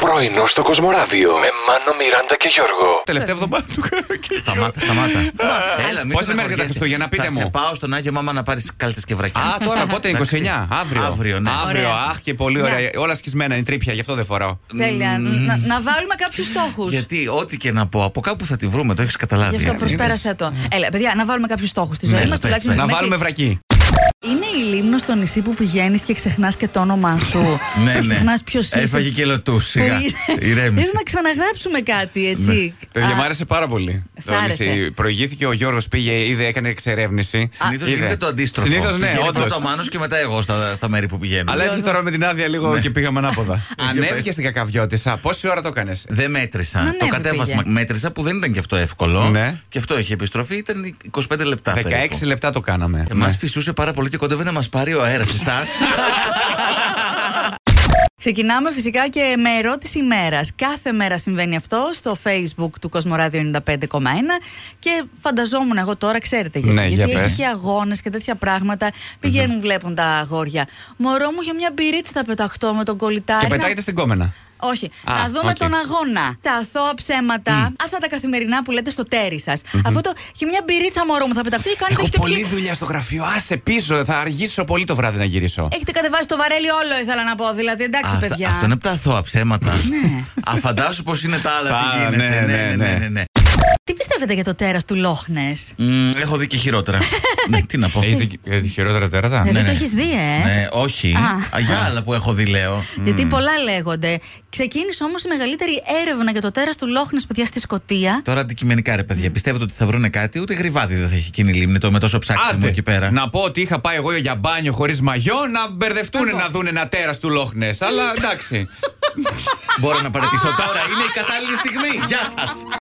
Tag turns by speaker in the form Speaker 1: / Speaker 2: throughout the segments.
Speaker 1: Πρωινό στο Κοσμοράδιο με Μάνο, Μιράντα και Γιώργο.
Speaker 2: Τελευταία εβδομάδα του
Speaker 3: Σταμάτα, σταμάτα.
Speaker 2: Έλα, πόσε μέρε
Speaker 3: μην
Speaker 2: για τα
Speaker 3: στεναχωριέσαι.
Speaker 2: Χριστούγεννα, πείτε
Speaker 3: Θα σε
Speaker 2: μου.
Speaker 3: πάω στον Άγιο Μάμα να πάρεις κάλτσε και βρακιά.
Speaker 2: Α, τώρα πότε, 29,
Speaker 3: Εντάξει.
Speaker 2: αύριο.
Speaker 3: Αύριο, ναι.
Speaker 2: Αύριο,
Speaker 4: Ωραία.
Speaker 2: αχ και πολύ ωραία. Όλα σκισμένα, είναι τρύπια, γι' αυτό δεν φοράω.
Speaker 4: Τέλεια. Να, να βάλουμε κάποιους στόχους.
Speaker 3: Γιατί ό,τι και να πω, από κάπου θα τη βρούμε, το έχεις καταλάβει.
Speaker 4: Γι' αυτό
Speaker 3: Ε,
Speaker 4: προσπέρασα το. Έλα, παιδιά, να βάλουμε κάποιους στόχους στη ζωή
Speaker 3: Ναι,
Speaker 4: μας.
Speaker 3: πες, πες.
Speaker 2: Να βάλουμε βρακί.
Speaker 4: Είναι η λίμνο στο νησί που πηγαίνεις και ξεχνάς και το όνομά σου.
Speaker 3: Ναι, ναι.
Speaker 4: και ξεχνάς ποιος είσαι.
Speaker 3: Έφαγε και λωτού, σιγά.
Speaker 4: Πολύ-
Speaker 3: Ηρέμησε. Ναι. Ε,
Speaker 4: Θέλω να ξαναγράψουμε κάτι, έτσι.
Speaker 2: Παιδιά,
Speaker 4: Α,
Speaker 2: μου άρεσε πάρα πολύ.
Speaker 4: Σ'
Speaker 2: Το
Speaker 4: άρεσε.
Speaker 2: νησί. Προηγήθηκε ο Γιώργος, πήγε, είδε, έκανε εξερεύνηση.
Speaker 3: Συνήθως
Speaker 2: Είδε.
Speaker 3: γίνεται το αντίστροφο.
Speaker 2: Συνήθως, ναι,
Speaker 3: Πηγαίνει
Speaker 2: όντως.
Speaker 3: Πρώτα ο Μάνος και μετά εγώ στα, στα μέρη που πηγαίνω.
Speaker 2: Αλλά ήρθε τώρα με την άδεια λίγο και πήγαμε ανάποδα. Ανέβηκε
Speaker 3: πες.
Speaker 2: Ναι. στην κακαβιώτησα. Πόση ώρα το έκανες.
Speaker 3: Δεν μέτρησα.
Speaker 4: Να, ναι,
Speaker 3: το
Speaker 4: που
Speaker 3: κατέβασμα
Speaker 4: πήγε.
Speaker 3: μέτρησα που δεν ήταν και αυτό εύκολο.
Speaker 2: Ναι.
Speaker 3: Και αυτό έχει επιστροφή, ήταν 25 λεπτά.
Speaker 2: 16
Speaker 3: περίπου.
Speaker 2: λεπτά το κάναμε.
Speaker 3: Εμά
Speaker 2: Ναι.
Speaker 3: φυσούσε πάρα πολύ και κοντεύει να μας πάρει ο αέρας. Εσάς.
Speaker 4: Ξεκινάμε φυσικά και με ερώτηση ημέρας. Κάθε μέρα συμβαίνει αυτό στο Facebook του Κοσμοράδιο 95,1 και φανταζόμουν εγώ τώρα, ξέρετε γιατί.
Speaker 2: Ναι,
Speaker 4: γιατί
Speaker 2: για
Speaker 4: έχει
Speaker 2: πες.
Speaker 4: και αγώνες και τέτοια πράγματα. Πηγαίνουν, βλέπουν τα αγόρια. Μωρό μου για μια μπυρίτσα θα πεταχτώ με τον κολλητάρι.
Speaker 2: Και
Speaker 4: να-
Speaker 2: πετάγεται στην κόμενα.
Speaker 4: όχι.
Speaker 2: Α,
Speaker 4: να δούμε
Speaker 2: οκ.
Speaker 4: τον αγώνα. Τα αθώα ψέματα. Αυτά τα καθημερινά που λέτε στο τέρι σας. Αυτό το. Και μια μπυρίτσα μωρό μου θα πεταχτεί ή κάνετε.
Speaker 2: Έχω
Speaker 4: έχετε
Speaker 2: πολλή
Speaker 4: πιει-
Speaker 2: δουλειά στο γραφείο. Άσε πίσω, θα αργήσω πολύ το βράδυ να γυρίσω.
Speaker 4: Έχετε κατεβάσει το βαρέλι όλο, ήθελα να πω. Δηλαδή, εντάξει,
Speaker 3: Αυτά-
Speaker 4: παιδιά.
Speaker 3: Αυτό είναι από τα αθώα ψέματα.
Speaker 4: Ναι.
Speaker 3: Αφαντάσου πώ είναι τα άλλα,
Speaker 2: Α,
Speaker 3: τι γίνεται.
Speaker 2: ναι, ναι,
Speaker 3: Ναι, ναι, ναι, ναι.
Speaker 4: Τι πιστεύετε για το τέρας του Λόχνε.
Speaker 3: Μμ, Έχω δει και χειρότερα. Ναι, τι να πω.
Speaker 2: Έχεις ε, χειρότερα τέρατα.
Speaker 4: Δηλαδή,
Speaker 3: ναι,
Speaker 4: το
Speaker 3: ναι.
Speaker 4: έχεις δει, ε.
Speaker 3: Ναι, όχι.
Speaker 4: Α.
Speaker 3: Α, Για άλλα που έχω δει, λέω.
Speaker 4: Γιατί πολλά λέγονται. Ξεκίνησε όμως η μεγαλύτερη έρευνα για το τέρας του Λόχνε, παιδιά, στη Σκωτία.
Speaker 3: Τώρα αντικειμενικά, ρε παιδιά, πιστεύετε ότι θα βρούνε κάτι, ούτε γρηβάδι δεν θα έχει γίνει η λίμνη το με τόσο ψάξιμο εκεί πέρα.
Speaker 2: Να πω ότι είχα πάει εγώ για μπάνιο χωρίς μαγιό να μπερδευτούν να δουν ένα τέρας του Λόχνε. Αλλά
Speaker 4: Λοιπόν.
Speaker 2: εντάξει.
Speaker 3: Μπορώ να παρατηθώ τώρα, είναι η κατάλληλη στιγμή. Γεια σας.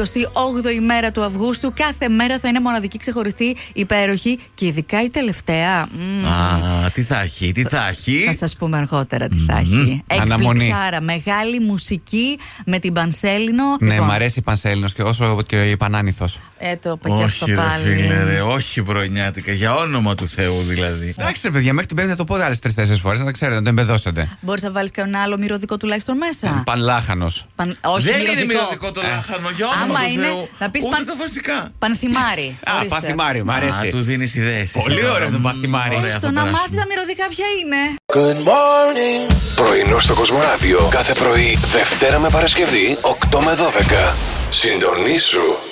Speaker 4: 28η μέρα του Αυγούστου, κάθε μέρα θα είναι μοναδική, ξεχωριστή, υπέροχη και ειδικά η τελευταία. Μμμ.
Speaker 3: Α, τι θα έχει, τι θα έχει.
Speaker 4: Θα σας πούμε αργότερα τι θα έχει.
Speaker 2: Αναμονή.
Speaker 4: Εκπληξάρα, μεγάλη μουσική με την Πανσέλινο.
Speaker 2: ναι,
Speaker 4: Λοιπόν,
Speaker 2: μ' αρέσει η Πανσέλινος και όσο και η Πανάνηθος.
Speaker 4: Ε, το είπα και αυτό
Speaker 3: Όχι, ρε
Speaker 4: πάλι.
Speaker 3: φίλε, ρε, όχι μπρονιάτικα. Για όνομα του Θεού, δηλαδή.
Speaker 2: Εντάξει, ρε παιδιά, μέχρι την Πέμπτη θα το πω άλλες τρει-τέσσερι φορές να τα ξέρετε, να το εμπεδώσετε.
Speaker 4: Μπορείς να βάλεις κανένα άλλο μυρωδικό τουλάχιστον μέσα.
Speaker 2: Πανλάχανος.
Speaker 4: Παν- Όχι, Ε.
Speaker 3: δεν είναι μυρωδικό το λάχανο, για όνομα
Speaker 4: Άμα
Speaker 3: του
Speaker 4: είναι,
Speaker 3: Θεού.
Speaker 4: θα πεις
Speaker 3: Ούτε
Speaker 4: παν-
Speaker 3: τα βασικά.
Speaker 4: Πανθυμάρι.
Speaker 2: Α,
Speaker 4: ορίστε.
Speaker 2: παθημάρι, μ' αρέσει.
Speaker 3: Α, του δίνεις ιδέες.
Speaker 2: Πολύ ωραίο το παθημάρι.
Speaker 3: Ωραία,
Speaker 4: Στο
Speaker 3: θα
Speaker 4: να μάθει
Speaker 3: περάσουμε.
Speaker 4: τα μυρωδικά ποια είναι.
Speaker 1: Πρωινό στο Κοσμοράδιο κάθε πρωί, Δευτέρα με Παρασκευή, 8 με 12. Συντονίσου.